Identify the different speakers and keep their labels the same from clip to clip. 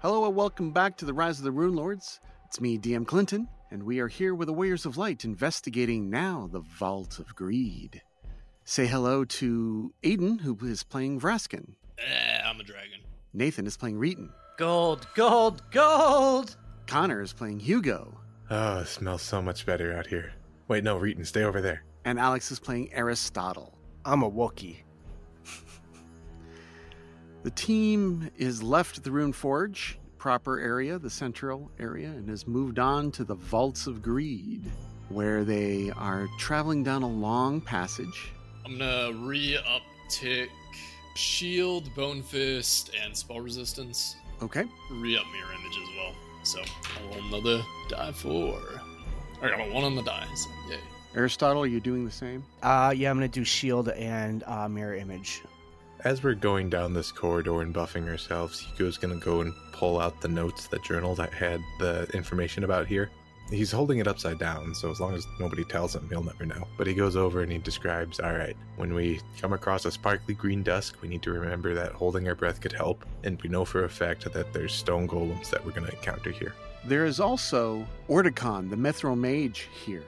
Speaker 1: Hello and welcome back to the Rise of the Rune Lords. It's me, DM Clinton, and we are here with the Warriors of Light investigating now the Vault of Greed. Say hello to Aiden, who is playing Vraskin.
Speaker 2: Eh, I'm a dragon.
Speaker 1: Nathan is playing Reeton.
Speaker 3: Gold, gold, gold!
Speaker 1: Connor is playing Hugo.
Speaker 4: Oh, it smells so much better out here. Wait, no, Reeton, stay over there.
Speaker 1: And Alex is playing Aristotle.
Speaker 5: I'm a Wookiee.
Speaker 1: The team has left the Rune Forge proper area, the central area, and has moved on to the Vaults of Greed, where they are traveling down a long passage.
Speaker 2: I'm gonna re uptick shield, bone fist, and spell resistance.
Speaker 1: Okay.
Speaker 2: Re up mirror image as well. So I roll another die four. I got a one on the die, so yay.
Speaker 1: Aristotle, are you doing the same?
Speaker 5: Uh, yeah, I'm gonna do shield and uh, mirror image.
Speaker 4: As we're going down this corridor and buffing ourselves, Hugo's gonna go and pull out the notes, the journal that had the information about here. He's holding it upside down, so as long as nobody tells him, he'll never know. But he goes over and he describes all right, when we come across a sparkly green dusk, we need to remember that holding our breath could help, and we know for a fact that there's stone golems that we're gonna encounter here.
Speaker 1: There is also Ordicon, the Mithril Mage, here.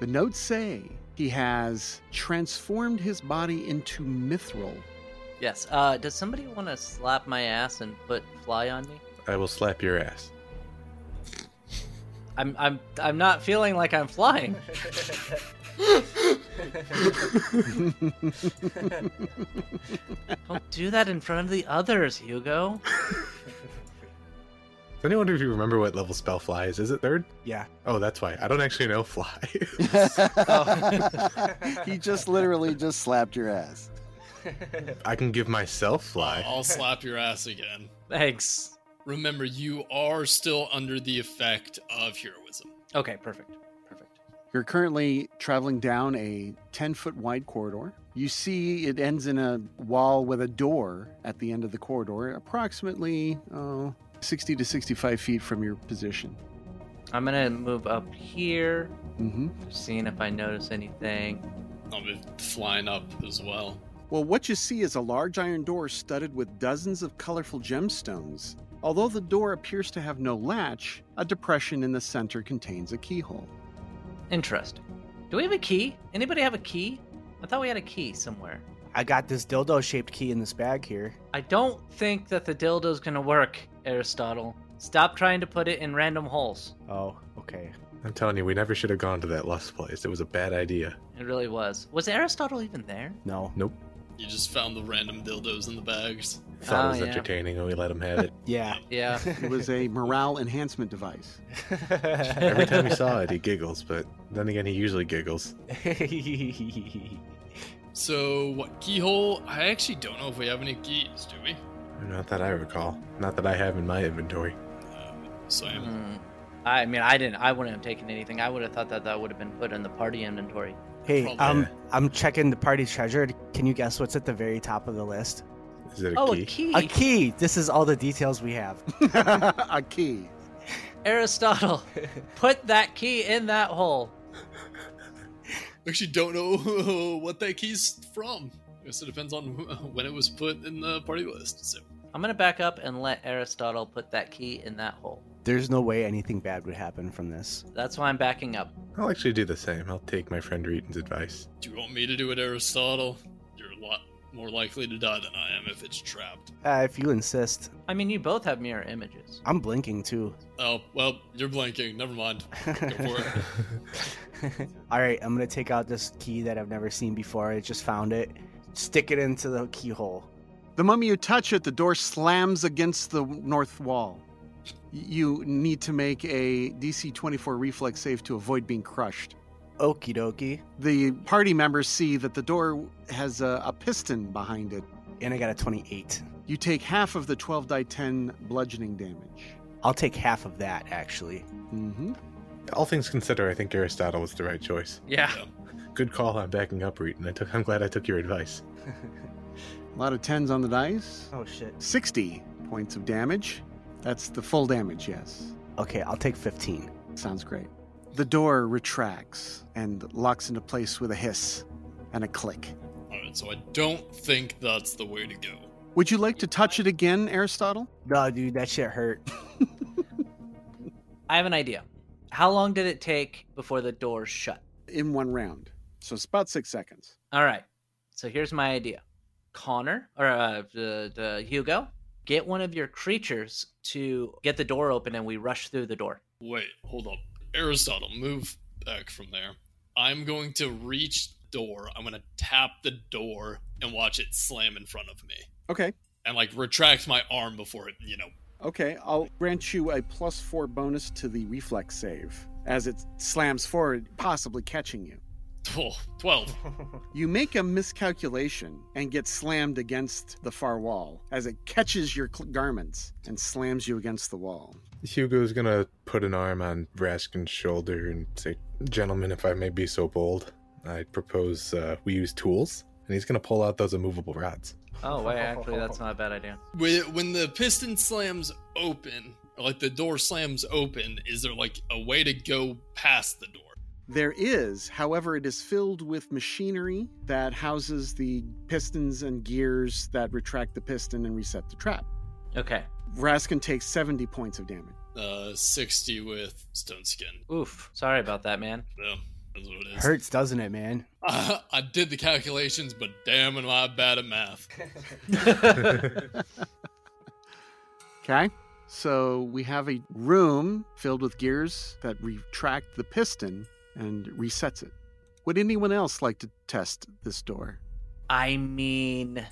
Speaker 1: The notes say he has transformed his body into Mithril.
Speaker 3: Yes, uh, does somebody want to slap my ass and put fly on me?
Speaker 4: I will slap your ass.
Speaker 3: I'm, I'm, I'm not feeling like I'm flying. Don't do that in front of the others, Hugo.
Speaker 4: Does anyone of you remember what level spell fly is? Is it third?
Speaker 5: Yeah.
Speaker 4: Oh, that's why. I don't actually know fly.
Speaker 6: he just literally just slapped your ass.
Speaker 4: I can give myself fly.
Speaker 2: I'll slap your ass again.
Speaker 3: Thanks.
Speaker 2: Remember, you are still under the effect of heroism.
Speaker 3: Okay, perfect. Perfect.
Speaker 1: You're currently traveling down a 10 foot wide corridor. You see it ends in a wall with a door at the end of the corridor, approximately oh, 60 to 65 feet from your position.
Speaker 3: I'm gonna move up here,
Speaker 1: Mm-hmm.
Speaker 3: just seeing if I notice anything.
Speaker 2: I'll be flying up as well.
Speaker 1: Well, what you see is a large iron door studded with dozens of colorful gemstones. Although the door appears to have no latch, a depression in the center contains a keyhole.
Speaker 3: Interesting. Do we have a key? Anybody have a key? I thought we had a key somewhere.
Speaker 5: I got this dildo shaped key in this bag here.
Speaker 3: I don't think that the dildo's gonna work, Aristotle. Stop trying to put it in random holes.
Speaker 5: Oh, okay.
Speaker 4: I'm telling you, we never should have gone to that lust place. It was a bad idea.
Speaker 3: It really was. Was Aristotle even there?
Speaker 5: No.
Speaker 2: You just found the random dildos in the bags.
Speaker 4: Thought it was
Speaker 3: Oh, yeah.
Speaker 4: entertaining and we let him have it.
Speaker 5: Yeah.
Speaker 3: Yeah.
Speaker 1: It was a morale enhancement device.
Speaker 4: Every time he saw it, he giggles, but then again, he usually giggles.
Speaker 2: So, what keyhole? I actually don't know if we have any keys, do we?
Speaker 4: Not that I recall. Not that I have in my inventory.
Speaker 2: Um, Sam.
Speaker 3: Hmm. I mean, I didn't. I wouldn't have taken anything. I would have thought that that would have been put in the party inventory.
Speaker 5: hey,
Speaker 2: Probably.
Speaker 5: um, I'm checking the party treasure. Can you guess what's at the very top of the list?
Speaker 4: Is it a
Speaker 3: oh,
Speaker 4: key?
Speaker 3: a key.
Speaker 5: A key. This is all the details we have.
Speaker 1: a key.
Speaker 3: Aristotle, put that key in that hole.
Speaker 2: actually don't know what that key's from. I guess it depends on when it was put in the party list. So,
Speaker 3: I'm gonna back up and let Aristotle put that key in that hole.
Speaker 5: There's no way anything bad would happen from this.
Speaker 3: That's why I'm backing up.
Speaker 4: I'll actually do the same. I'll take my friend Reeton's advice.
Speaker 2: do you want me to do it, Aristotle? You're a lot more likely to die than I am if it's trapped.
Speaker 5: Uh, if you insist,
Speaker 3: I mean, you both have mirror images.
Speaker 5: I'm blinking too.
Speaker 2: Oh, well, you're blanking. Never mind. Go for it.
Speaker 5: All right, I'm gonna take out this key that I've never seen before. I just found it. Stick it into the keyhole.
Speaker 1: The moment you touch it, the door slams against the north wall. You need to make a DC 24 reflex save to avoid being crushed.
Speaker 5: Okie dokie.
Speaker 1: The party members see that the door has a, a piston behind it.
Speaker 5: And I got a 28.
Speaker 1: You take half of the 12 die 10 bludgeoning damage.
Speaker 5: I'll take half of that actually.
Speaker 1: Mm-hmm.
Speaker 4: All things considered, I think Aristotle was the right choice.
Speaker 3: Yeah.
Speaker 4: Good call on backing up, Reeton. I took, I'm glad I took your advice.
Speaker 1: A lot of 10s on the dice.
Speaker 5: Oh shit.
Speaker 1: 60. points of damage. That's the full damage, yes.
Speaker 5: Okay, I'll take 15.
Speaker 1: Sounds great. The door retracts and locks into place with a hiss and a click.
Speaker 2: All right, so I don't think that's the way to go.
Speaker 1: Would you like to touch it again, Aristotle?
Speaker 5: No, dude, that shit hurt.
Speaker 3: I have an idea. How long did it take before the door shut?
Speaker 1: In one round. So it's about six seconds.
Speaker 3: All right. So here's my idea. Connor or uh, the, the Hugo, get one of your creatures to get the door open, and we rush through the door.
Speaker 2: Wait, hold up. Aristotle, move back from there. I'm going to reach door. I'm going to tap the door and watch it slam in front of me,
Speaker 1: Okay.
Speaker 2: and like retract my arm before it, you know,
Speaker 1: Okay. I'll grant you a plus four bonus to the reflex save as it slams forward, possibly catching you.
Speaker 2: oh, 12.
Speaker 1: You make a miscalculation and get slammed against the far wall as it catches your cl- garments and slams you against the wall.
Speaker 4: Hugo's gonna put an arm on Raskin's shoulder and say, Gentlemen, if I may be so bold, I propose uh, we use tools. And he's gonna pull out those immovable rods.
Speaker 3: Oh wait, actually, that's not a bad idea.
Speaker 2: When when the piston slams open, or like the door slams open, is there like a way to go past the door?
Speaker 1: There is, however, it is filled with machinery that houses the pistons and gears that retract the piston and reset the trap.
Speaker 3: Okay.
Speaker 1: Raskin takes 70 points of damage.
Speaker 2: Uh, 60 with stone skin.
Speaker 3: Oof. Sorry about that, man.
Speaker 2: Yeah, that's what it is.
Speaker 5: Hurts, doesn't it, man?
Speaker 2: I, I did the calculations, but damn, am I bad at math.
Speaker 1: Okay. So we have a room filled with gears that retract the piston and resets it. Would anyone else like to test this door?
Speaker 3: I mean,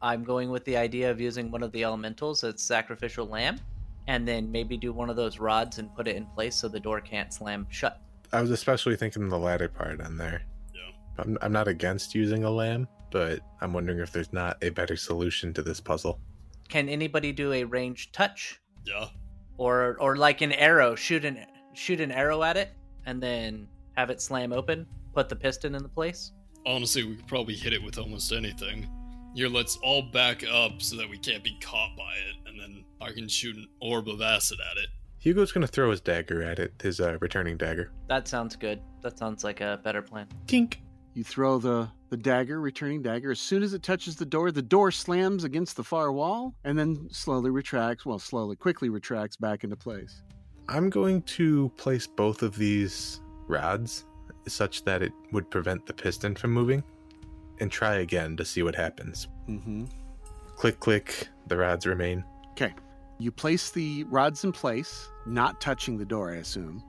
Speaker 3: I'm going with the idea of using one of the elementals as sacrificial lamb, and then maybe do one of those rods and put it in place so the door can't slam shut.
Speaker 4: I was especially thinking the latter part on there.
Speaker 2: Yeah.
Speaker 4: I'm, I'm not against using a lamb, but I'm wondering if there's not a better solution to this puzzle.
Speaker 3: Can anybody do a range touch
Speaker 2: Yeah.
Speaker 3: or or like an arrow? Shoot an shoot an arrow at it and then have it slam open. Put the piston in the place.
Speaker 2: Honestly, we could probably hit it with almost anything. Here, let's all back up so that we can't be caught by it, and then I can shoot an orb of acid at it.
Speaker 4: Hugo's gonna throw his dagger at it, his uh, returning dagger.
Speaker 3: That sounds good. That sounds like a better plan.
Speaker 4: Tink!
Speaker 1: You throw the, the dagger, returning dagger. As soon as it touches the door, the door slams against the far wall and then slowly retracts, well, slowly, quickly retracts back into place.
Speaker 4: I'm going to place both of these rods such that it would prevent the piston from moving and try again to see what happens.
Speaker 1: Mm-hmm.
Speaker 4: Click, click, the rods remain.
Speaker 1: You place the rods in place, not touching the door, I assume.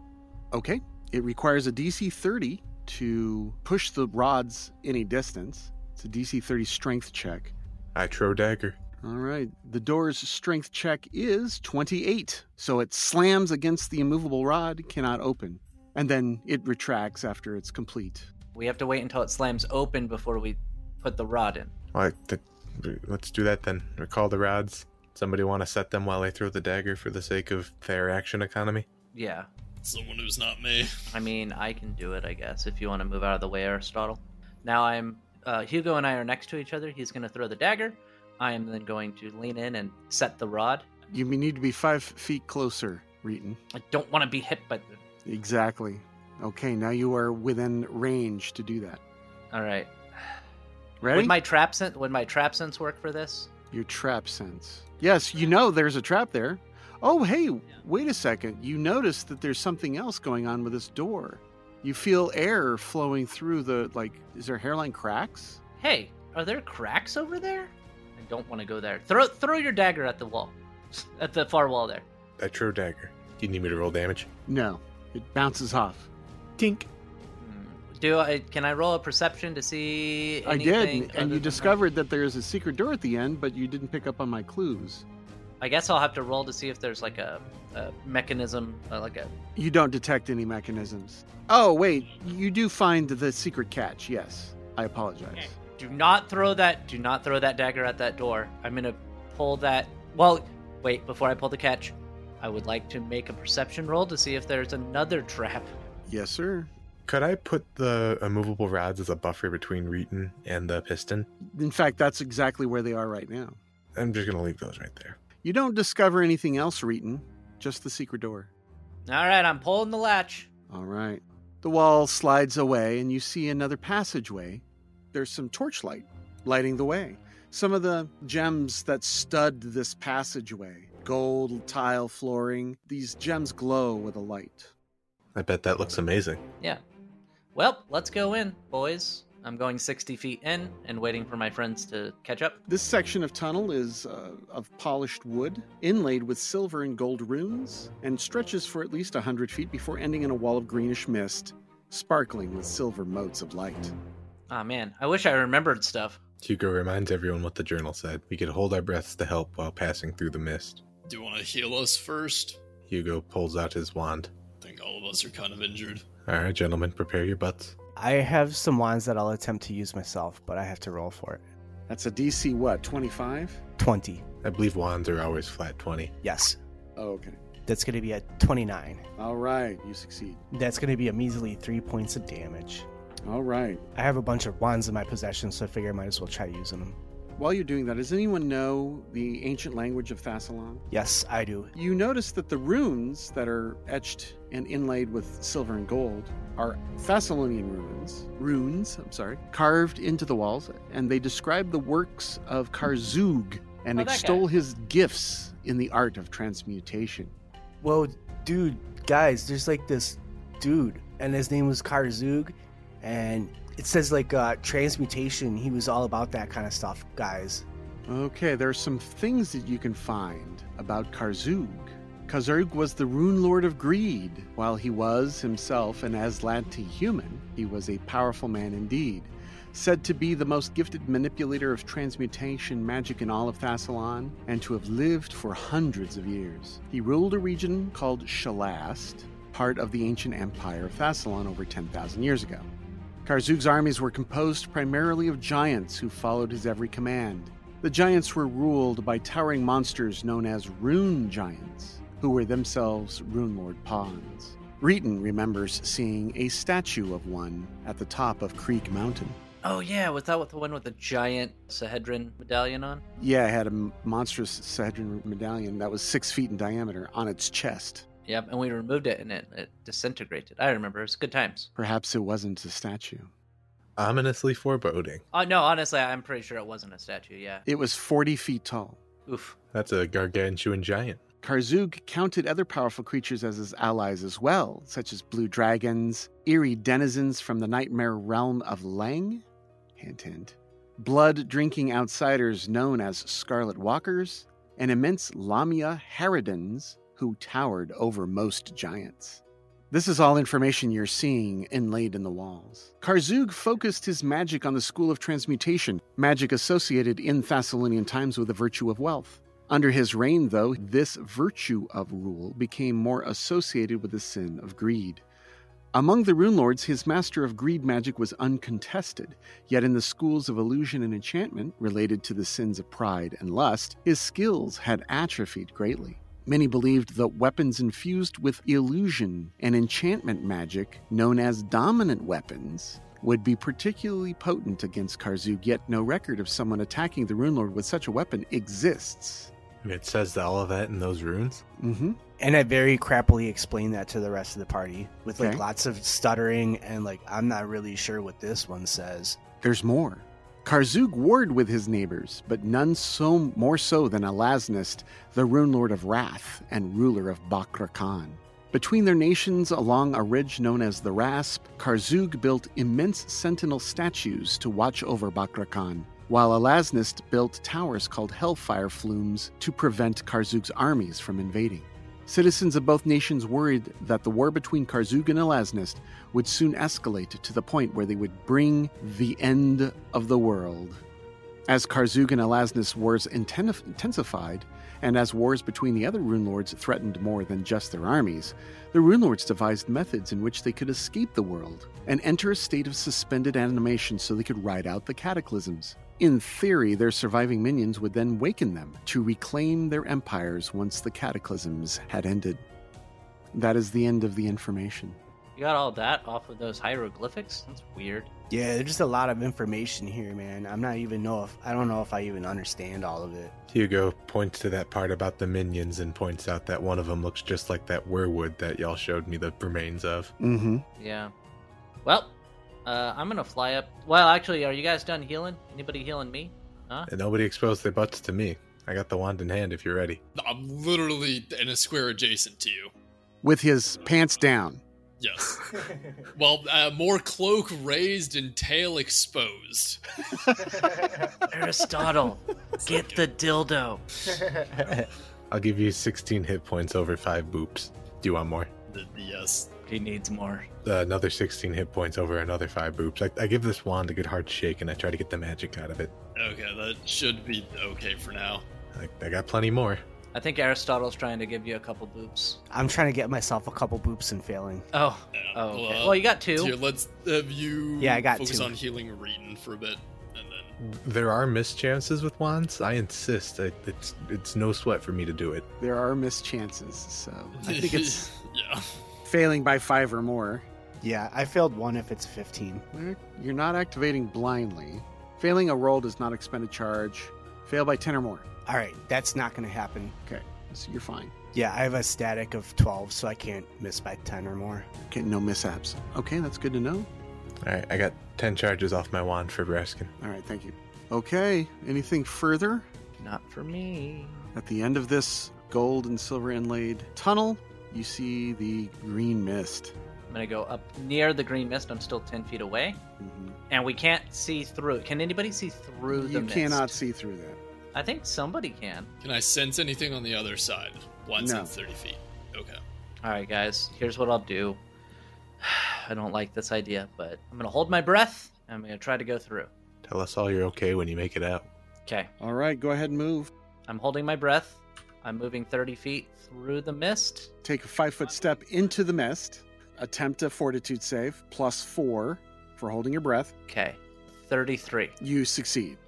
Speaker 1: Okay. It requires a DC 30 to push the rods any distance. It's a DC 30 strength check.
Speaker 4: I throw dagger.
Speaker 1: All right. The door's strength check is 28. So it slams against the immovable rod, cannot open. And then it retracts after it's complete.
Speaker 3: We have to wait until it slams open before we put the rod in.
Speaker 4: All right, th- let's do that then. Recall the rods. Somebody want to set them while I throw the dagger for the sake of fair action economy?
Speaker 3: Yeah.
Speaker 2: Someone who's not me.
Speaker 3: I mean, I can do it, I guess, if you want to move out of the way, Aristotle. Now I'm. Uh, Hugo and I are next to each other. He's going to throw the dagger. I am then going to lean in and set the rod.
Speaker 1: You need to be five feet closer, Reeton.
Speaker 3: I don't want to be hit by the.
Speaker 1: Exactly. Okay. Now you are within range to do that.
Speaker 3: All right.
Speaker 1: Ready?
Speaker 3: Would my trap sense would my trap sense work for this?
Speaker 1: Your trap sense. Yes, you know there's a trap there. Oh, hey, wait a second. You notice that there's something else going on with this door. You feel air flowing through the, like, is there hairline cracks?
Speaker 3: Hey, are there cracks over there? I don't want to go there. Throw throw your dagger at the wall, at the far wall there.
Speaker 4: I throw dagger. You need me to roll damage?
Speaker 1: No, it bounces off.
Speaker 4: Tink.
Speaker 3: Hmm. Do I can I roll a perception to see?
Speaker 1: I
Speaker 3: anything
Speaker 1: did,
Speaker 3: other
Speaker 1: and you
Speaker 3: than-
Speaker 1: discovered that there is a secret door at the end, but you didn't pick up on my clues.
Speaker 3: I guess I'll have to roll to see if there's like a, a mechanism, uh, like a
Speaker 1: You don't detect any mechanisms. Oh, wait, you do find the secret catch, yes. I apologize.
Speaker 3: Okay. Do not throw that. Do not throw that dagger at that door. I'm gonna pull that. Well, wait. Before I pull the catch, I would like to make a perception roll to see if there's another trap.
Speaker 1: Yes, sir.
Speaker 4: Could I put the immovable rods as a buffer between Reeton and the piston?
Speaker 1: In fact, that's exactly where they are right now.
Speaker 4: I'm just gonna leave those right there.
Speaker 1: You don't discover anything else, Reeton. Just the secret door.
Speaker 3: All right, I'm pulling the latch.
Speaker 1: All right. The wall slides away, and you see another passageway. There's some torchlight lighting the way. Some of the gems that stud this passageway gold tile flooring these gems glow with a light.
Speaker 4: I bet that looks amazing.
Speaker 3: Well, let's go in, boys. I'm going 60 feet in and waiting for my friends to catch up.
Speaker 1: This section of tunnel is uh, of polished wood, inlaid with silver and gold runes, and stretches for at least 100 feet before ending in a wall of greenish mist, sparkling with silver motes of light.
Speaker 3: Ah, man, I wish I remembered stuff.
Speaker 4: Hugo reminds everyone what the journal said. We could hold our breaths to help while passing through the mist.
Speaker 2: Do you want to heal us first?
Speaker 4: Hugo pulls out his wand.
Speaker 2: I think all of us are kind of injured.
Speaker 4: All right, gentlemen, prepare your butts.
Speaker 5: I have some wands that I'll attempt to use myself, but I have to roll for it.
Speaker 1: That's a DC, what, 25?
Speaker 5: 20.
Speaker 4: I believe wands are always flat 20.
Speaker 5: Yes.
Speaker 1: Oh, okay.
Speaker 5: That's going to be a 29.
Speaker 1: All right, you succeed.
Speaker 5: That's going to be a measly three points of damage.
Speaker 1: All right.
Speaker 5: I have a bunch of wands in my possession, so I figure I might as well try using them.
Speaker 1: While you're doing that, does anyone know the ancient language of Thassalon?
Speaker 5: Yes, I do.
Speaker 1: You notice that the runes that are etched and inlaid with silver and gold are Thessalonian runes, runes, I'm sorry, carved into the walls, and they describe the works of Karzug and
Speaker 3: Oh, that guy.
Speaker 1: extol his gifts in the art of transmutation.
Speaker 5: Whoa, dude, guys, there's like this dude, and his name was Karzug, and it says like uh, transmutation. He was all about that kind of stuff, guys.
Speaker 1: Okay, there are some things that you can find about Karzug. Karzug was the rune lord of greed. While he was himself an Aslanti human, he was a powerful man indeed, said to be the most gifted manipulator of transmutation magic in all of Thassalon, and to have lived for hundreds of years. He ruled a region called Shalast, part of the ancient empire of Thassalon over 10,000 years ago. Karzug's armies were composed primarily of giants who followed his every command. The giants were ruled by towering monsters known as rune giants, who were themselves rune lord pawns. Reeton remembers seeing a statue of one at the top of Krieg Mountain.
Speaker 3: Oh, yeah, was that with the one with the giant Sahedrin medallion on?
Speaker 1: Yeah, it had a m- monstrous Sahedrin medallion that was six feet in diameter on its chest.
Speaker 3: Yep, and we removed it and it, it disintegrated. I remember. It was good times.
Speaker 1: Perhaps it wasn't a statue.
Speaker 4: Ominously foreboding.
Speaker 3: Oh, no, honestly, I'm pretty sure it wasn't a statue. Yeah.
Speaker 1: It was 40 feet tall.
Speaker 3: Oof.
Speaker 4: That's a gargantuan giant.
Speaker 1: Karzug counted other powerful creatures as his allies as well, such as blue dragons, eerie denizens from the nightmare realm of Lang, hint hint, blood drinking outsiders known as Scarlet Walkers, and immense Lamia Harridans who towered over most giants. This is all information you're seeing inlaid in the walls. Karzug focused his magic on the school of transmutation, magic associated in Thessalonian times with the virtue of wealth. Under his reign, though, this virtue of rule became more associated with the sin of greed. Among the rune lords, his master of greed magic was uncontested, yet in the schools of illusion and enchantment, related to the sins of pride and lust, his skills had atrophied greatly. Many believed that weapons infused with illusion and enchantment magic, known as dominant weapons, would be particularly potent against Karzug, yet no record of someone attacking the rune lord with such a weapon exists.
Speaker 4: And it says all of that in those runes.
Speaker 1: Mm-hmm.
Speaker 5: And I very crappily explained that to the rest of the party with like
Speaker 1: Okay.
Speaker 5: lots of stuttering and like I'm not really sure what this one says.
Speaker 1: There's more. Karzug warred with his neighbors, but none so more so than Alasnist, the rune lord of Wrath and ruler of Bakra Khan. Between their nations along a ridge known as the Rasp, Karzug built immense sentinel statues to watch over Bakra Khan, while Alasnist built towers called Hellfire Flumes to prevent Karzug's armies from invading. Citizens of both nations worried that the war between Karzug and Elasnist would soon escalate to the point where they would bring the end of the world. As Karzug and Elasnist wars inten- intensified, and as wars between the other rune lords threatened more than just their armies, the rune lords devised methods in which they could escape the world and enter a state of suspended animation so they could ride out the cataclysms. In theory, their surviving minions would then waken them to reclaim their empires once the cataclysms had ended. That is the end of the information.
Speaker 3: You got all that off of those hieroglyphics? That's weird.
Speaker 5: Yeah, there's just a lot of information here, man. I'm not even know if I don't know if I even understand all of it.
Speaker 4: Hugo points to that part about the minions and points out that one of them looks just like that werewood that y'all showed me the remains of.
Speaker 1: Mm-hmm.
Speaker 3: Yeah. Well, uh, I'm gonna fly up. Well, actually, are you guys done healing? Anybody healing me?
Speaker 4: And nobody exposed their butts to me. I got the wand in hand if you're ready.
Speaker 2: I'm literally in a square adjacent to you.
Speaker 1: With his pants down.
Speaker 2: Yes. well, uh, more cloak raised and tail exposed.
Speaker 3: Aristotle, get the dildo.
Speaker 4: I'll give you 16 hit points over 5 boops. Do you want more?
Speaker 2: The- yes.
Speaker 3: He needs more.
Speaker 4: Uh, another 16 hit points over another 5 boops. I, I give this wand a good hard shake and I try to get the magic out of it.
Speaker 2: Okay, that should be okay for now.
Speaker 4: I, I got plenty more.
Speaker 3: I think Aristotle's trying to give you a couple boops.
Speaker 5: I'm trying to get myself a couple boops and failing.
Speaker 3: Oh,
Speaker 2: Yeah,
Speaker 3: oh. okay.
Speaker 2: well,
Speaker 3: Well, you got
Speaker 2: Here,
Speaker 3: two.
Speaker 2: let's have you
Speaker 5: Yeah, I got
Speaker 2: focus
Speaker 5: two.
Speaker 2: on healing Reeton for a bit. And then
Speaker 4: There are mischances with wands. I insist. I, it's, it's no sweat for me to do it.
Speaker 1: There are missed chances, so I think it's
Speaker 2: yeah.
Speaker 1: failing by five or more. eh,
Speaker 5: Yeah, I failed one if it's 15.
Speaker 1: You're not activating blindly. Failing a roll does not expend a charge. Fail by 10 or more.
Speaker 5: All right, that's not going to happen.
Speaker 1: So you're fine.
Speaker 5: Yeah, I have a static of 12, so I can't miss by 10 or more.
Speaker 1: Okay, no mishaps. Okay, that's good to know.
Speaker 4: All right, I got 10 charges off my wand for Raskin.
Speaker 1: All right, thank you. Okay, anything further?
Speaker 3: Not for me.
Speaker 1: At the end of this gold and silver inlaid tunnel, you see the green mist.
Speaker 3: I'm gonna go up near the green mist. I'm still ten feet away,
Speaker 1: Mhm.
Speaker 3: and we can't see through. Can anybody see through the
Speaker 1: You
Speaker 3: mist?
Speaker 1: cannot see through that.
Speaker 3: I think somebody can.
Speaker 2: Can I sense anything on the other side? Once
Speaker 1: No.
Speaker 2: it's 30 feet. Okay.
Speaker 3: All right, guys. Here's what I'll do. I don't like this idea, but I'm gonna hold my breath. And I'm gonna try to go through.
Speaker 4: Tell us all you're okay when you make it out.
Speaker 3: Okay.
Speaker 1: All right, go ahead and move.
Speaker 3: I'm holding my breath. I'm moving 30 feet through the mist.
Speaker 1: Take a five foot step into the mist. Attempt a fortitude save, plus four for holding your breath.
Speaker 3: Okay. 33.
Speaker 1: You succeed.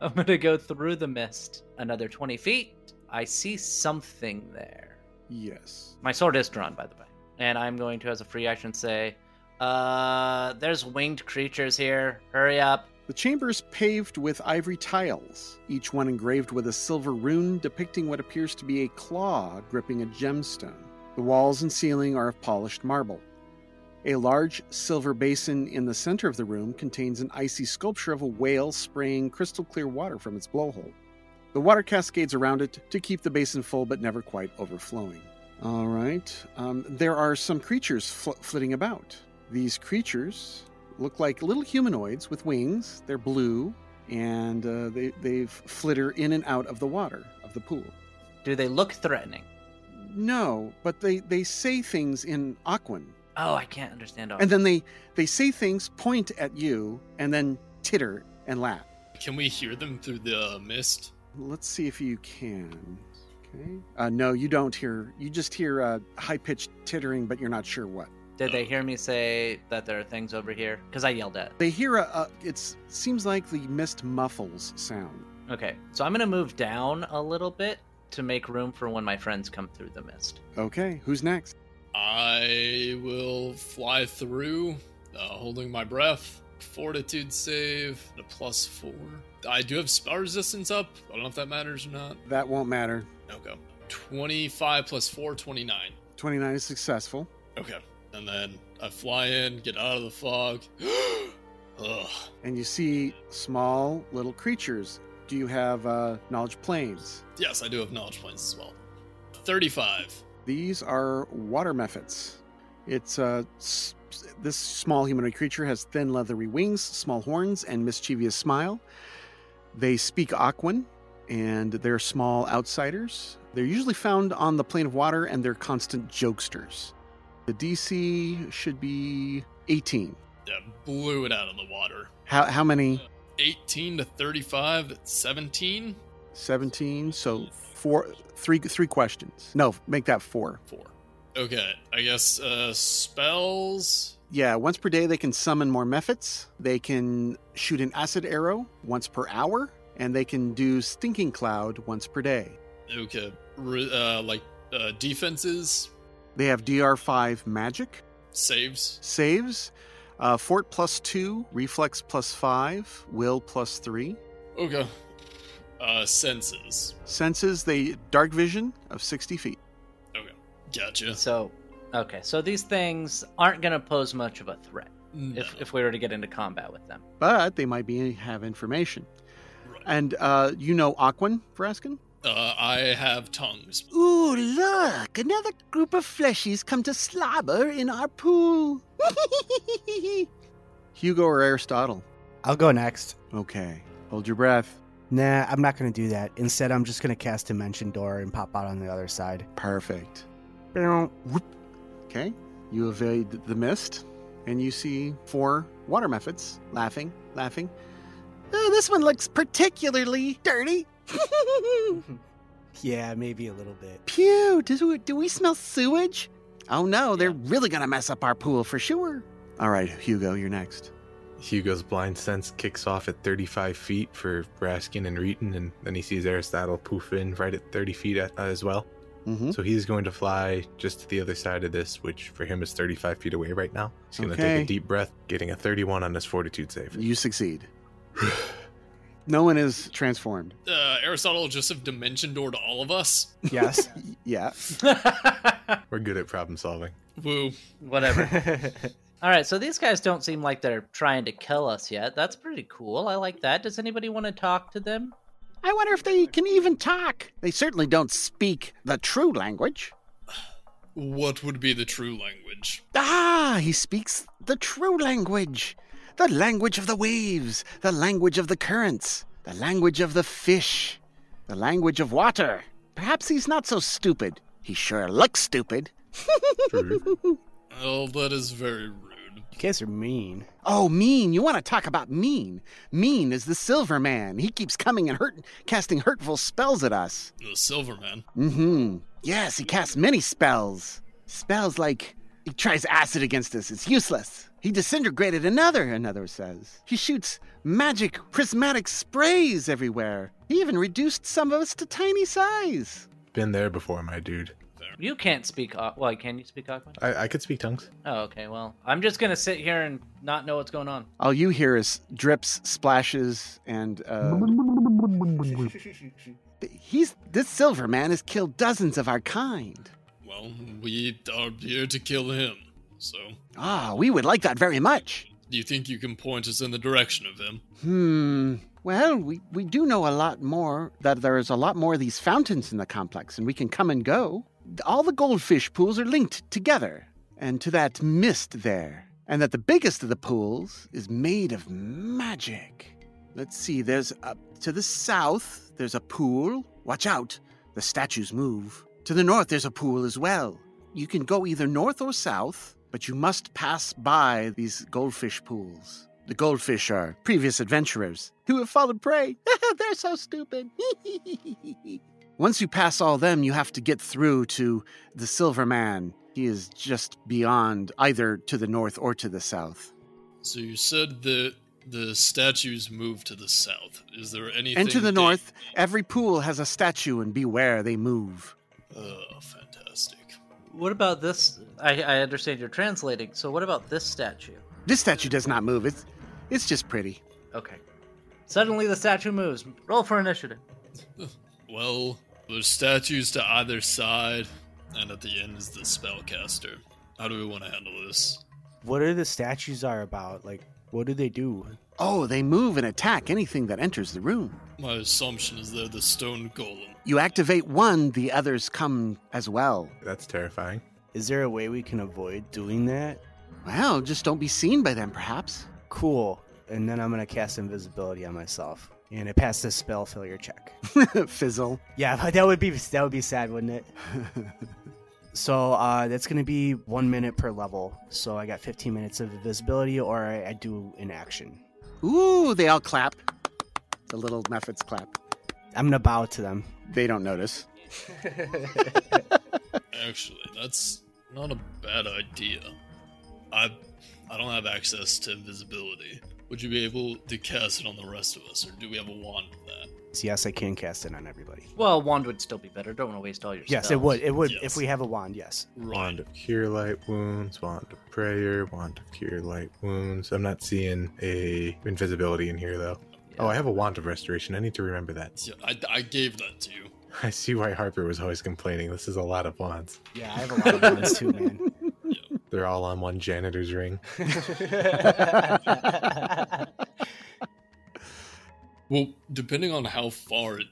Speaker 3: I'm gonna go through the mist another 20 feet. I see something there.
Speaker 1: Yes.
Speaker 3: My sword is drawn, by the way. And I'm going to, as a free action, say, uh, there's winged creatures here. Hurry up.
Speaker 1: The chamber is paved with ivory tiles, each one engraved with a silver rune depicting what appears to be a claw gripping a gemstone. The walls and ceiling are of polished marble. A large silver basin in the center of the room contains an icy sculpture of a whale spraying crystal clear water from its blowhole. The water cascades around it to keep the basin full but never quite overflowing. All right. Um, there are some creatures fl- flitting about. These creatures look like little humanoids with wings. They're blue, and uh, they they flitter in and out of the water of the pool.
Speaker 3: Do they look threatening?
Speaker 1: No, but they they say things in Aquan,
Speaker 3: Oh, I can't understand. all
Speaker 1: and then they they say things, point at you, and then titter and laugh.
Speaker 2: Can we hear them through the uh, mist?
Speaker 1: Let's see if you can. Okay. Uh, no, you don't hear. You just hear uh, high pitched tittering, but you're not sure what.
Speaker 3: Did they hear me say that there are things over here? Because I yelled at.
Speaker 1: They hear a. a it seems like the mist muffles sound.
Speaker 3: Okay, so I'm gonna move down a little bit to make room for when my friends come through the mist.
Speaker 1: Okay, who's next?
Speaker 2: I will fly through, uh, holding my breath. Fortitude save, a plus four. I do have spell resistance up. I don't know if that matters or not.
Speaker 1: That won't matter.
Speaker 2: Okay. 25 plus 4, 29.
Speaker 1: 29 is successful.
Speaker 2: Okay. And then I fly in, get out of the fog. Ugh.
Speaker 1: And you see small little creatures. Do you have uh, knowledge planes?
Speaker 2: Yes, I do have knowledge points as well. 35.
Speaker 1: These are water mephits. It's uh, s- this small humanoid creature has thin leathery wings, small horns, and mischievous smile. They speak Aquan, and they're small outsiders. They're usually found on the plane of water, and they're constant jokesters. The DC should be 18.
Speaker 2: Yeah, blew it out of the water.
Speaker 1: How, how many?
Speaker 2: 18 to 35, that's 17.
Speaker 1: 17 so four three three questions no make that four
Speaker 2: Four. Okay, I guess uh spells.
Speaker 1: yeah once per day they can summon more mephits they can shoot an acid arrow once per hour and they can do stinking cloud once per day
Speaker 2: Okay, re- uh, like uh, defenses.
Speaker 1: they have dr5 magic
Speaker 2: Saves.
Speaker 7: Saves. Uh, fort plus two, reflex plus five, will plus three.
Speaker 2: Okay. Uh, senses.
Speaker 7: Senses they dark vision of 60 feet.
Speaker 2: Gotcha.
Speaker 3: So, okay, so these things aren't going to pose much of a threat
Speaker 2: No.
Speaker 3: if, if we were to get into combat with them.
Speaker 7: but they might be have information.
Speaker 2: Right.
Speaker 7: And uh, you know Aquan, Vraskin?
Speaker 2: Uh, I have tongues.
Speaker 1: Ooh, look! Another group of fleshies come to slobber in our pool.
Speaker 7: Hugo or Aristotle?
Speaker 5: I'll go next.
Speaker 7: Okay, hold your breath.
Speaker 5: Nah, I'm not gonna do that. Instead, I'm just gonna cast Dimension Door and pop out on the other side.
Speaker 7: Perfect.
Speaker 5: Bow.
Speaker 7: Okay, you evade the mist, and you see four water methods laughing, laughing.
Speaker 1: Oh, this one looks particularly dirty.
Speaker 5: Yeah, maybe a little bit.
Speaker 1: Pew! Do we, do we smell sewage?
Speaker 7: Oh no, they're
Speaker 3: Yeah.
Speaker 7: really gonna mess up our pool for sure. All right, Hugo, you're next.
Speaker 4: Hugo's blind sense kicks off at 35 feet for Raskin and Reeton, and then he sees Aristotle poof in right at 30 feet at, uh, as well.
Speaker 1: Hmm?
Speaker 7: Mm-hmm.
Speaker 4: So he's going to fly just to the other side of this, which for him is 35 feet away right now. He's going to
Speaker 7: Okay.
Speaker 4: take a deep breath, getting a 31 on his fortitude save.
Speaker 7: You succeed. no one is transformed.
Speaker 2: Uh, Aristotle just have dimension door to all of us.
Speaker 5: Yes.
Speaker 7: Yeah.
Speaker 4: We're good at problem solving.
Speaker 2: Woo.
Speaker 3: Whatever. All right, so these guys don't seem like they're trying to kill us yet. That's pretty cool. I like that. Does anybody want to talk to them?
Speaker 1: I wonder if they can even talk. They certainly don't speak the true language.
Speaker 2: What would be the true language?
Speaker 1: Ah, he speaks the true language. The language of the waves, the language of the currents, the language of the fish, the language of water. Perhaps he's not so stupid. He sure looks stupid.
Speaker 4: True.
Speaker 2: Oh, that is very rude.
Speaker 5: you guys are mean.
Speaker 1: Oh, mean. You want to talk about mean? Mean is the silver man. He keeps coming and hurt, casting hurtful spells at us.
Speaker 2: The Silverman.
Speaker 1: Mm-hmm. Yes, he casts many spells. Spells like he tries acid against us. It's useless. He disintegrated another, another says. He shoots magic prismatic sprays everywhere. He even reduced some of us to tiny size.
Speaker 4: Been there before, my dude.
Speaker 3: You can't speak. Au- Well, can you speak Aquan?
Speaker 4: I, I could speak tongues.
Speaker 3: Oh, okay. Well, I'm just gonna sit here and not know what's going on.
Speaker 7: All you hear is drips, splashes, and uh,
Speaker 1: He's this silver man has killed dozens of our kind.
Speaker 2: Well, we are here to kill him. So,
Speaker 1: Ah, we would like that very much.
Speaker 2: do you think you can point us in the direction of him?
Speaker 1: Hmm. Well, we, we do know a lot more that there is a lot more of these fountains in the complex, and we can come and go. All the goldfish pools are linked together, and to that mist there, and that the biggest of the pools is made of magic. Let's see, there's up to the south, there's a pool. Watch out, the statues move. To the north, there's a pool as well. You can go either north or south, but you must pass by these goldfish pools. The goldfish are previous adventurers who have fallen prey. They're so stupid. Once you pass all them, you have to get through to the Silver Man. He is just beyond either to the north or to the south.
Speaker 2: So, you said that the statues move to the south. Is there anything.
Speaker 1: And to the
Speaker 2: that-
Speaker 1: north, every pool has a statue, and beware they move.
Speaker 2: Oh, fantastic.
Speaker 3: What about this? I, I understand you're translating. So, what about this statue?
Speaker 1: This statue does not move. It's, it's just pretty.
Speaker 3: Okay. Suddenly, the statue moves. Roll for initiative.
Speaker 2: Well, there's statues to either side, and at the end is the spellcaster. How do we want to handle this?
Speaker 5: What are the statues are about? Like, what do they do?
Speaker 1: Oh, they move and attack anything that enters the room.
Speaker 2: My assumption is they're the stone golem.
Speaker 1: You activate one, the others come as well.
Speaker 4: That's terrifying.
Speaker 5: Is there a way we can avoid doing that?
Speaker 1: Well, just don't be seen by them, perhaps.
Speaker 5: Cool. And then I'm gonna cast invisibility on myself, and it passed the spell failure check.
Speaker 1: Fizzle.
Speaker 5: Yeah, but that would be that would be sad, wouldn't it? so uh, that's gonna be one minute per level. So I got 15 minutes of invisibility, or I, I do an action.
Speaker 1: Ooh, they all clap. The little methods clap.
Speaker 5: I'm gonna bow to them.
Speaker 7: they don't notice.
Speaker 2: Actually, that's not a bad idea. I I don't have access to invisibility. Would you be able to cast it on the rest of us, or do we have a wand for that?
Speaker 5: So yes, I can cast it on everybody.
Speaker 3: Well, wand would still be better. Don't want to waste all your
Speaker 5: Yes, it
Speaker 3: spells.
Speaker 5: would. It would
Speaker 2: Yes.
Speaker 5: if we have a wand. Yes.
Speaker 4: Wand
Speaker 2: Right.
Speaker 4: of Cure Light Wounds, Wand of Prayer, Wand of Cure Light Wounds. I'm not seeing a invisibility in here though. Oh, I have a Wand of Restoration. I need to remember that.
Speaker 2: Yeah, I, I gave that to you.
Speaker 4: I see why Harper was always complaining. This is a lot of wands.
Speaker 5: Yeah, I have a lot of wands too, man.
Speaker 4: They're all on one janitor's ring.
Speaker 2: Well, depending on how far it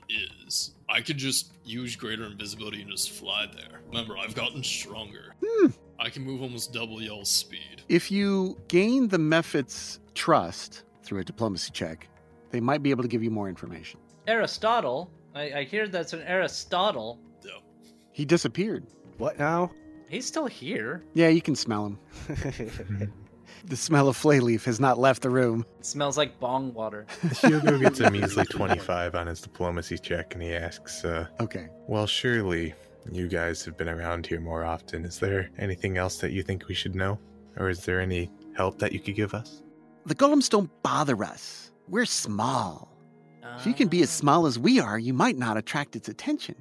Speaker 2: is, I could just use greater invisibility and just fly there. Remember, I've gotten stronger.
Speaker 1: Hmm.
Speaker 2: I can move almost double y'all's speed.
Speaker 1: If you gain the Mephit's trust through a diplomacy check, they might be able to give you more information.
Speaker 3: Aristotle. I, I hear that's an Aristotle.
Speaker 2: Yeah.
Speaker 1: He disappeared.
Speaker 5: what now?
Speaker 3: He's still here.
Speaker 1: Yeah, you can smell him. The smell of flay leaf has not left the room.
Speaker 3: smells like bong water.
Speaker 4: Hugo gets a measly 25 on his diplomacy check and he asks, uh,
Speaker 1: Okay.
Speaker 4: Well, surely you guys have been around here more often. Is there anything else that you think we should know? Or is there any help that you could give us?
Speaker 6: The golems don't bother us. We're small.
Speaker 3: Uh,
Speaker 6: If you can be as small as we are, you might not attract its attention.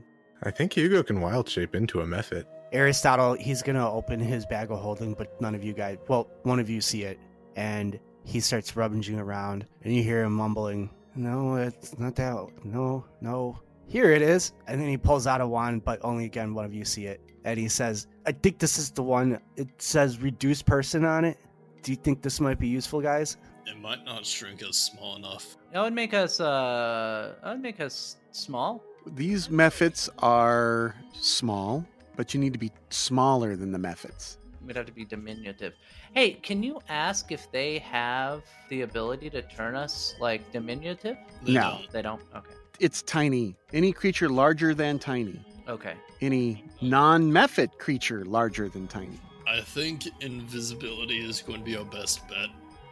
Speaker 4: I think Hugo can wild shape into a method.
Speaker 5: Aristotle, he's gonna open his bag of holding, but none of you guys, well, one of you see it, and he starts rummaging around, and you hear him mumbling, "No, it's not that. No, no, here it is." And then he pulls out a wand, but only again one of you see it, and he says, "I think this is the one. It says reduce person on it. Do you think this might be useful, guys?"
Speaker 2: It might not shrink us small enough.
Speaker 3: That would make us. Uh, that would make us small.
Speaker 1: These Mephits are small, but you need to be smaller than the Mephits.
Speaker 3: We'd have to be diminutive. Hey, can you ask if they have the ability to turn us like diminutive?
Speaker 2: They
Speaker 1: No.
Speaker 2: don't.
Speaker 3: They don't. Okay.
Speaker 1: It's tiny. Any creature larger than tiny.
Speaker 3: Okay.
Speaker 1: Any non Mephit creature larger than tiny.
Speaker 2: I think invisibility is going to be our best bet.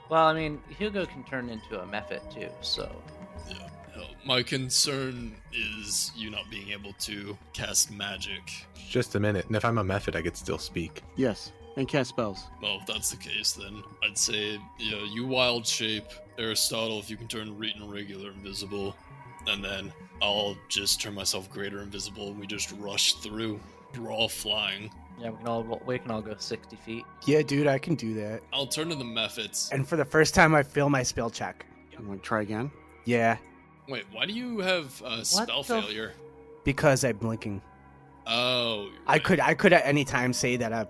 Speaker 3: Well, I mean, Hugo can turn into a mephit too, so
Speaker 2: Yeah. Hell, My concern is you not being able to cast magic.
Speaker 4: Just a minute, and if I'm a method, I could still speak.
Speaker 1: Yes. And cast spells.
Speaker 2: Well, if that's the case, then I'd say yeah, you wild shape Aristotle if you can turn Reeton regular invisible, and then I'll just turn myself greater invisible, and we just rush through. We're all flying.
Speaker 3: yeah, we can all roll- we can all go sixty feet.
Speaker 5: Yeah, dude, I can do that.
Speaker 2: I'll turn to the methods.
Speaker 5: And for the first time, I fail my spell check.
Speaker 1: I'm going to try again.
Speaker 5: Yeah,
Speaker 2: Wait, why do you have uh, spell
Speaker 3: the f-
Speaker 2: failure?
Speaker 5: because I'm blinking.
Speaker 2: oh, you're
Speaker 5: I
Speaker 2: right.
Speaker 5: could, I could at any time say that I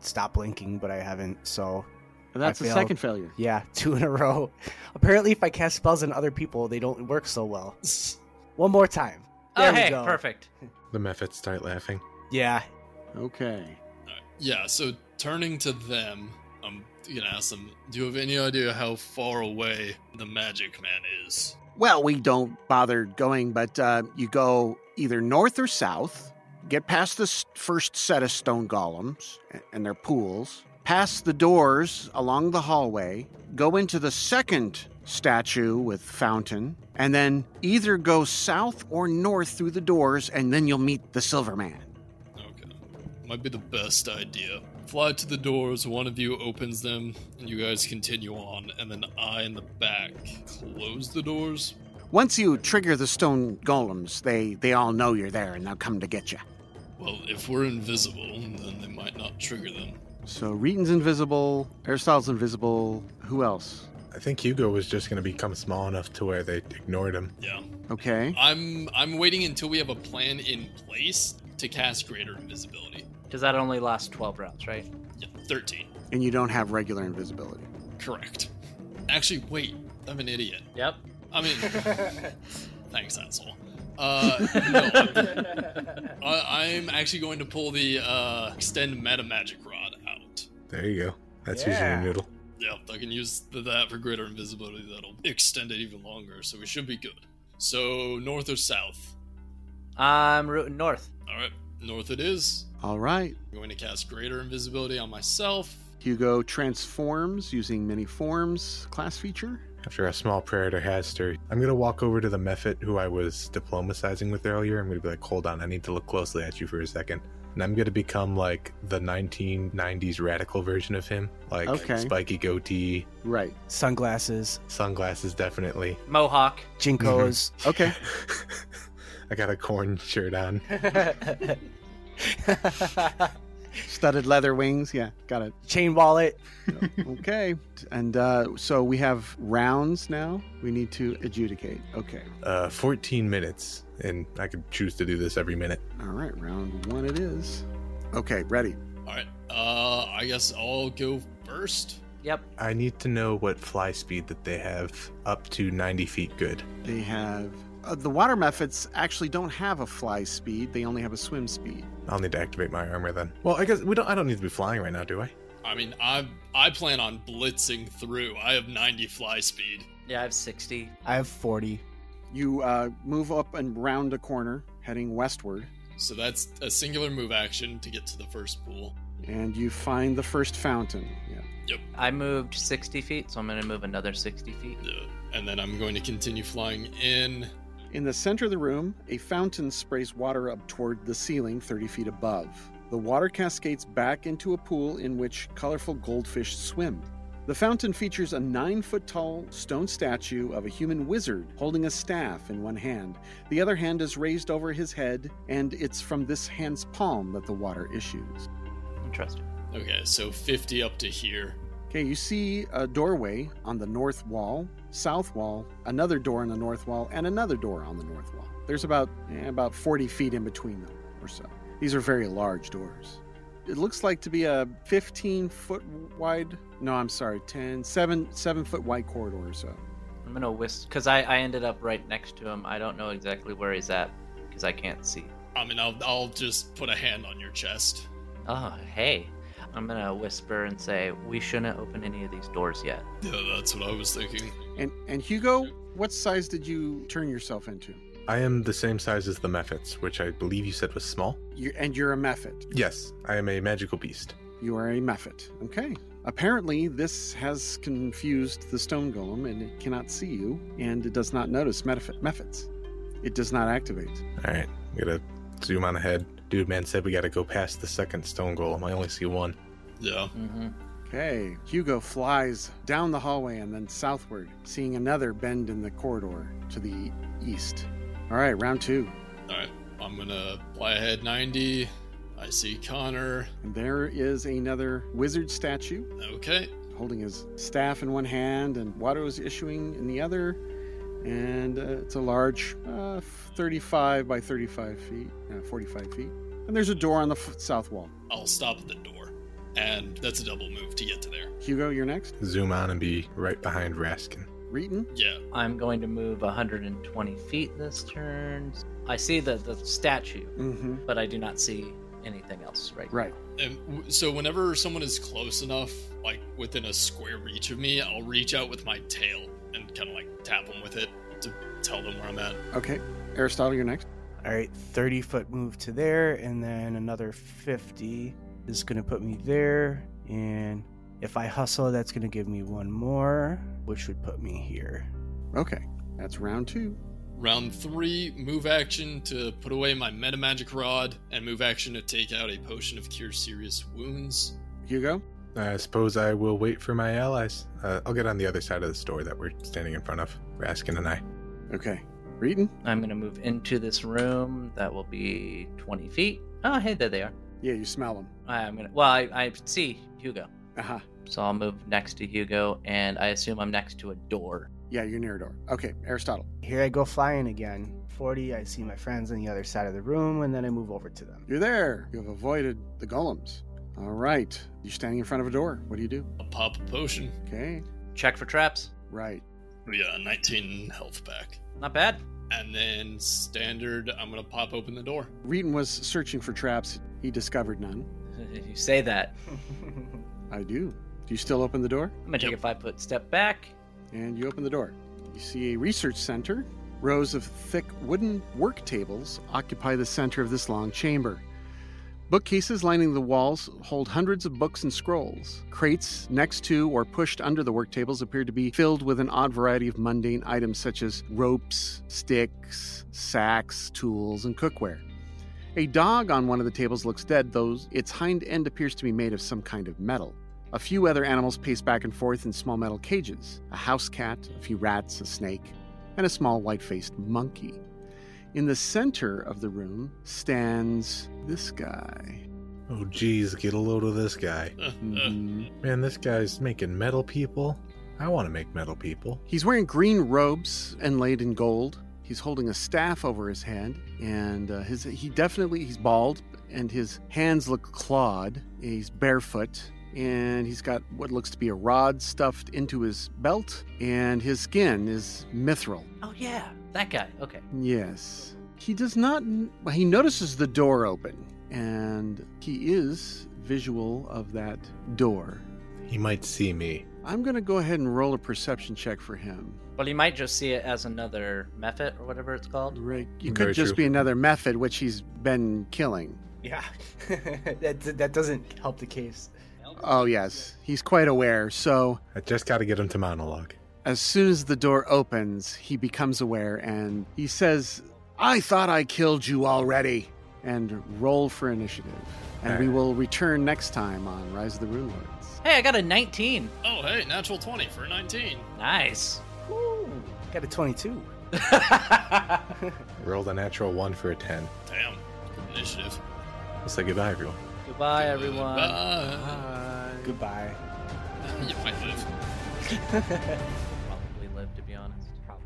Speaker 5: stopped blinking, but I haven't. So
Speaker 1: That's the
Speaker 5: failed.
Speaker 1: second failure.
Speaker 5: Yeah, two in a row. Apparently, if I cast spells on other people, they don't work so well. One more time. There
Speaker 3: oh,
Speaker 5: we
Speaker 3: hey,
Speaker 5: go.
Speaker 3: perfect.
Speaker 4: The methods start laughing.
Speaker 5: Yeah.
Speaker 1: Okay.
Speaker 2: Alright, Yeah, so turning to them, I'm gonna ask them, do you have any idea how far away the magic man is?
Speaker 6: Well, we don't bother going, but uh, you go either north or south, get past this first set of stone golems and their pools, past the doors along the hallway, go into the second statue with fountain, and then either go south or north through the doors, and then you'll meet the Silver Man.
Speaker 2: Okay. Might be the best idea. Fly to the doors, one of you opens them, and you guys continue on, and then I in the back close the doors.
Speaker 6: Once you trigger the stone golems, they, they all know you're there and they'll come to get you.
Speaker 2: Well, if we're invisible, then they might not trigger them.
Speaker 1: So Reeton's invisible. Aristotle's invisible. Who else?
Speaker 4: I think Hugo was just going to become small enough to where they ignored him.
Speaker 2: Yeah.
Speaker 1: Okay.
Speaker 2: I'm I'm waiting until we have a plan in place to cast greater invisibility.
Speaker 3: Because that only lasts twelve rounds, right?
Speaker 2: Yeah, thirteen.
Speaker 1: And you don't have regular invisibility.
Speaker 2: Correct. Actually, wait, I'm an idiot.
Speaker 3: Yep.
Speaker 2: I mean, thanks, asshole. Uh, no, I, I'm actually going to pull the uh, extend meta magic rod out.
Speaker 4: There you go. That's
Speaker 5: Yeah.
Speaker 4: using your noodle.
Speaker 2: Yep, I can use th- that for greater invisibility. That'll extend it even longer, so we should be good. So north or south?
Speaker 3: I'm rooting north.
Speaker 2: All right, north it is.
Speaker 1: All right.
Speaker 2: I'm going to cast greater invisibility on myself.
Speaker 1: Hugo transforms using many forms class feature.
Speaker 4: After a small prayer to Haster, I'm going to walk over to the Mephit who I was diplomatizing with earlier. I'm going to be like, hold on, I need to look closely at you for a second. And I'm going to become like the 1990s radical version of him. Like
Speaker 1: Okay.
Speaker 4: spiky goatee,
Speaker 1: Right.
Speaker 5: Sunglasses,
Speaker 4: sunglasses, definitely.
Speaker 3: Mohawk.
Speaker 5: jinkos.
Speaker 1: Okay.
Speaker 4: I got a corn shirt on.
Speaker 1: Studded leather wings. Yeah. Got it.
Speaker 5: Chain wallet.
Speaker 1: Okay. And uh, so we have rounds now. We need to adjudicate. Okay.
Speaker 4: Uh, 14 minutes, and I could choose to do this every minute.
Speaker 1: All right. Round one it is. Okay. Ready.
Speaker 2: All right. Uh, I guess I'll go first.
Speaker 3: yep.
Speaker 4: I need to know what fly speed that they have up to 90 feet good.
Speaker 1: They have. Uh, the water methods actually don't have a fly speed, they only have a swim speed.
Speaker 4: I'll need to activate my armor then. Well, I guess we don't. I don't need to be flying right now, do I?
Speaker 2: I mean, I I plan on blitzing through. I have 90 fly speed.
Speaker 3: Yeah, I have 60.
Speaker 5: I have 40.
Speaker 1: You uh, move up and round a corner, heading westward,
Speaker 2: So that's a singular move action to get to the first pool.
Speaker 1: and you find the first fountain. Yeah.
Speaker 3: I moved 60 feet, so I'm going to move another 60 feet.
Speaker 2: Yeah. And then I'm going to continue flying in.
Speaker 1: In the center of the room, a fountain sprays water up toward the ceiling 30 feet above. The water cascades back into a pool in which colorful goldfish swim. The fountain features a nine foot tall stone statue of a human wizard holding a staff in one hand. The other hand is raised over his head, and it's from this hand's palm that the water issues.
Speaker 3: Interesting.
Speaker 2: Okay, so 50 up to here.
Speaker 1: Okay, you see a doorway on the north wall, south wall, another door on the north wall, and another door on the north wall. There's about eh, about 40 feet in between them or so. These are very large doors. It looks like to be a 15 foot wide. No, I'm sorry, 10, 7, 7 foot wide corridor or so.
Speaker 3: I'm going to whisk, because I, I ended up right next to him. I don't know exactly where he's at, because I can't see.
Speaker 2: I mean, I'll, I'll just put a hand on your chest.
Speaker 3: Oh, hey. I'm going to whisper and say, we shouldn't open any of these doors yet.
Speaker 2: Yeah, that's what I was thinking.
Speaker 1: And and Hugo, what size did you turn yourself into?
Speaker 4: I am the same size as the Mephits, which I believe you said was small.
Speaker 1: You and you're a mephit.
Speaker 4: Yes, I am a magical beast.
Speaker 1: You are a mephit. Okay. Apparently, this has confused the stone golem and it cannot see you and it does not notice metaph- mephits. It does not activate.
Speaker 4: All right, I'm gonna zoom on ahead. Dude, man said we gotta go past the second stone golem. I only see one.
Speaker 2: Yeah.
Speaker 3: Mm-hmm.
Speaker 1: Okay. Hugo flies down the hallway and then southward, seeing another bend in the corridor to the east. All right, round two.
Speaker 2: All right, I'm gonna fly ahead 90. I see Connor.
Speaker 1: And there is another wizard statue
Speaker 2: Okay,
Speaker 1: holding his staff in one hand and water is issuing in the other. And uh, it's a large uh, 35 by 35 feet, uh, 45 feet. And there's a door on the f- south wall.
Speaker 2: I'll stop at the door, and that's a double move to get to there.
Speaker 1: Hugo, you're next.
Speaker 4: Zoom on and be right behind Raskin.
Speaker 1: Reeton,
Speaker 2: Yeah.
Speaker 3: I'm going to move 120 feet this turn. I see the, the statue,
Speaker 1: Mm-hmm.
Speaker 3: but I do not see anything else right
Speaker 1: Right.
Speaker 2: And w- so whenever someone is close enough, like within a square reach of me, I'll reach out with my tail and kind of like tap them with it to tell them where I'm at.
Speaker 1: Okay. Aristotle, you're next.
Speaker 5: All right, 30 foot move to there, and then another 50 This is going to put me there. And if I hustle, that's going to give me one more, which would put me here.
Speaker 1: Okay. That's round two.
Speaker 2: Round three, move action to put away my metamagic rod, and move action to take out a potion of cure serious wounds.
Speaker 1: Hugo?
Speaker 4: I suppose I will wait for my allies. Uh, I'll get on the other side of this door that we're standing in front of, Raskin and I.
Speaker 1: Okay. Reeton?
Speaker 3: I'm going to move into this room. That will be 20 feet. Oh, hey, there they are.
Speaker 1: Yeah, you smell Uh-huh. him.
Speaker 3: I'm going to, well, I, I see Hugo.
Speaker 1: Aha.
Speaker 3: So I'll move next to Hugo, and I assume I'm next to a door.
Speaker 1: Yeah, you're near a door. Okay. Aristotle.
Speaker 5: Here I go flying again. 40, I see my friends on the other side of the room, and then I move over to them.
Speaker 1: You're there. You have avoided the golems. All right. You're standing in front of a door. What do you do?
Speaker 2: I'll pop a potion.
Speaker 1: Okay. Check
Speaker 3: Check for traps.
Speaker 1: Right.
Speaker 2: We got a 19 health back.
Speaker 3: Not bad.
Speaker 2: And then standard, I'm gonna pop open the door.
Speaker 1: Reeton was searching for traps. He discovered none.
Speaker 3: you say that.
Speaker 1: I do. Do you still open the door?
Speaker 3: I'm going to take
Speaker 2: Yep.
Speaker 3: a five foot step back.
Speaker 1: And you open the door. You see a research center. Rows of thick wooden work tables occupy the center of this long chamber. Bookcases lining the walls hold hundreds of books and scrolls. Crates next to or pushed under the work tables appear to be filled with an odd variety of mundane items such as ropes, sticks, sacks, tools, and cookware. A dog on one of the tables looks dead, though its hind end appears to be made of some kind of metal. A few other animals pace back and forth in small metal cages a house cat, a few rats, a snake, and a small white faced monkey. In the center of the room stands this guy.
Speaker 4: Oh, geez, get a load of this guy.
Speaker 2: Uh,
Speaker 1: Mhm.
Speaker 4: Man, this guy's making metal people. I want to make metal people.
Speaker 1: He's wearing green robes inlaid in gold. He's holding a staff over his head, and uh, his he definitely he's bald, and his hands look clawed. He's barefoot, and he's got what looks to be a rod stuffed into his belt, and his skin is mithril.
Speaker 3: Oh yeah, that guy. Okay.
Speaker 1: Yes. He does not. Well, he notices the door open, and he is visual of that door.
Speaker 4: He might see me.
Speaker 1: I'm going to go ahead and roll a perception check for him.
Speaker 3: Well, you might just see it as another method or whatever it's called.
Speaker 1: Right. It
Speaker 4: Very
Speaker 1: could just
Speaker 4: true.
Speaker 1: be another method which he's been killing.
Speaker 5: Yeah, that that doesn't help the case.
Speaker 1: Oh, yes. He's quite aware. So,
Speaker 4: I just got to get him to monologue.
Speaker 1: as soon as the door opens, he becomes aware and he says, I thought I killed you already. And roll for initiative. And we
Speaker 4: Alright.
Speaker 1: will return next time on Rise of the Rune Lords.
Speaker 3: Hey, I got a 19.
Speaker 2: Oh, hey, natural 20 for 19.
Speaker 3: Nice.
Speaker 5: Ooh, got a twenty-two.
Speaker 4: Rolled a natural one for a 10.
Speaker 2: Damn. Good initiative.
Speaker 4: Let's say goodbye, everyone.
Speaker 3: Goodbye, everyone.
Speaker 2: Bye.
Speaker 1: Bye.
Speaker 5: Goodbye.
Speaker 2: You might live.
Speaker 3: Probably live, to be honest. Probably.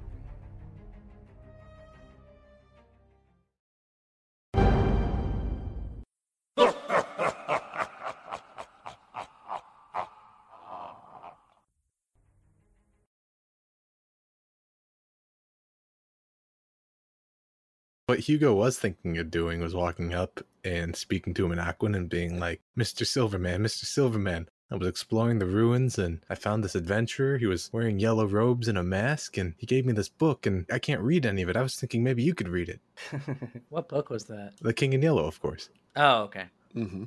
Speaker 4: What Hugo was thinking of doing was walking up and speaking to him in Aquan and being like, Mr. Silverman, Mr. Silverman, I was exploring the ruins and I found this adventurer. He was wearing yellow robes and a mask and he gave me this book and I can't read any of it. I was thinking maybe you could read it.
Speaker 3: What book was that?
Speaker 4: The King in Yellow, of course.
Speaker 3: Oh, okay.
Speaker 1: Mm-hmm.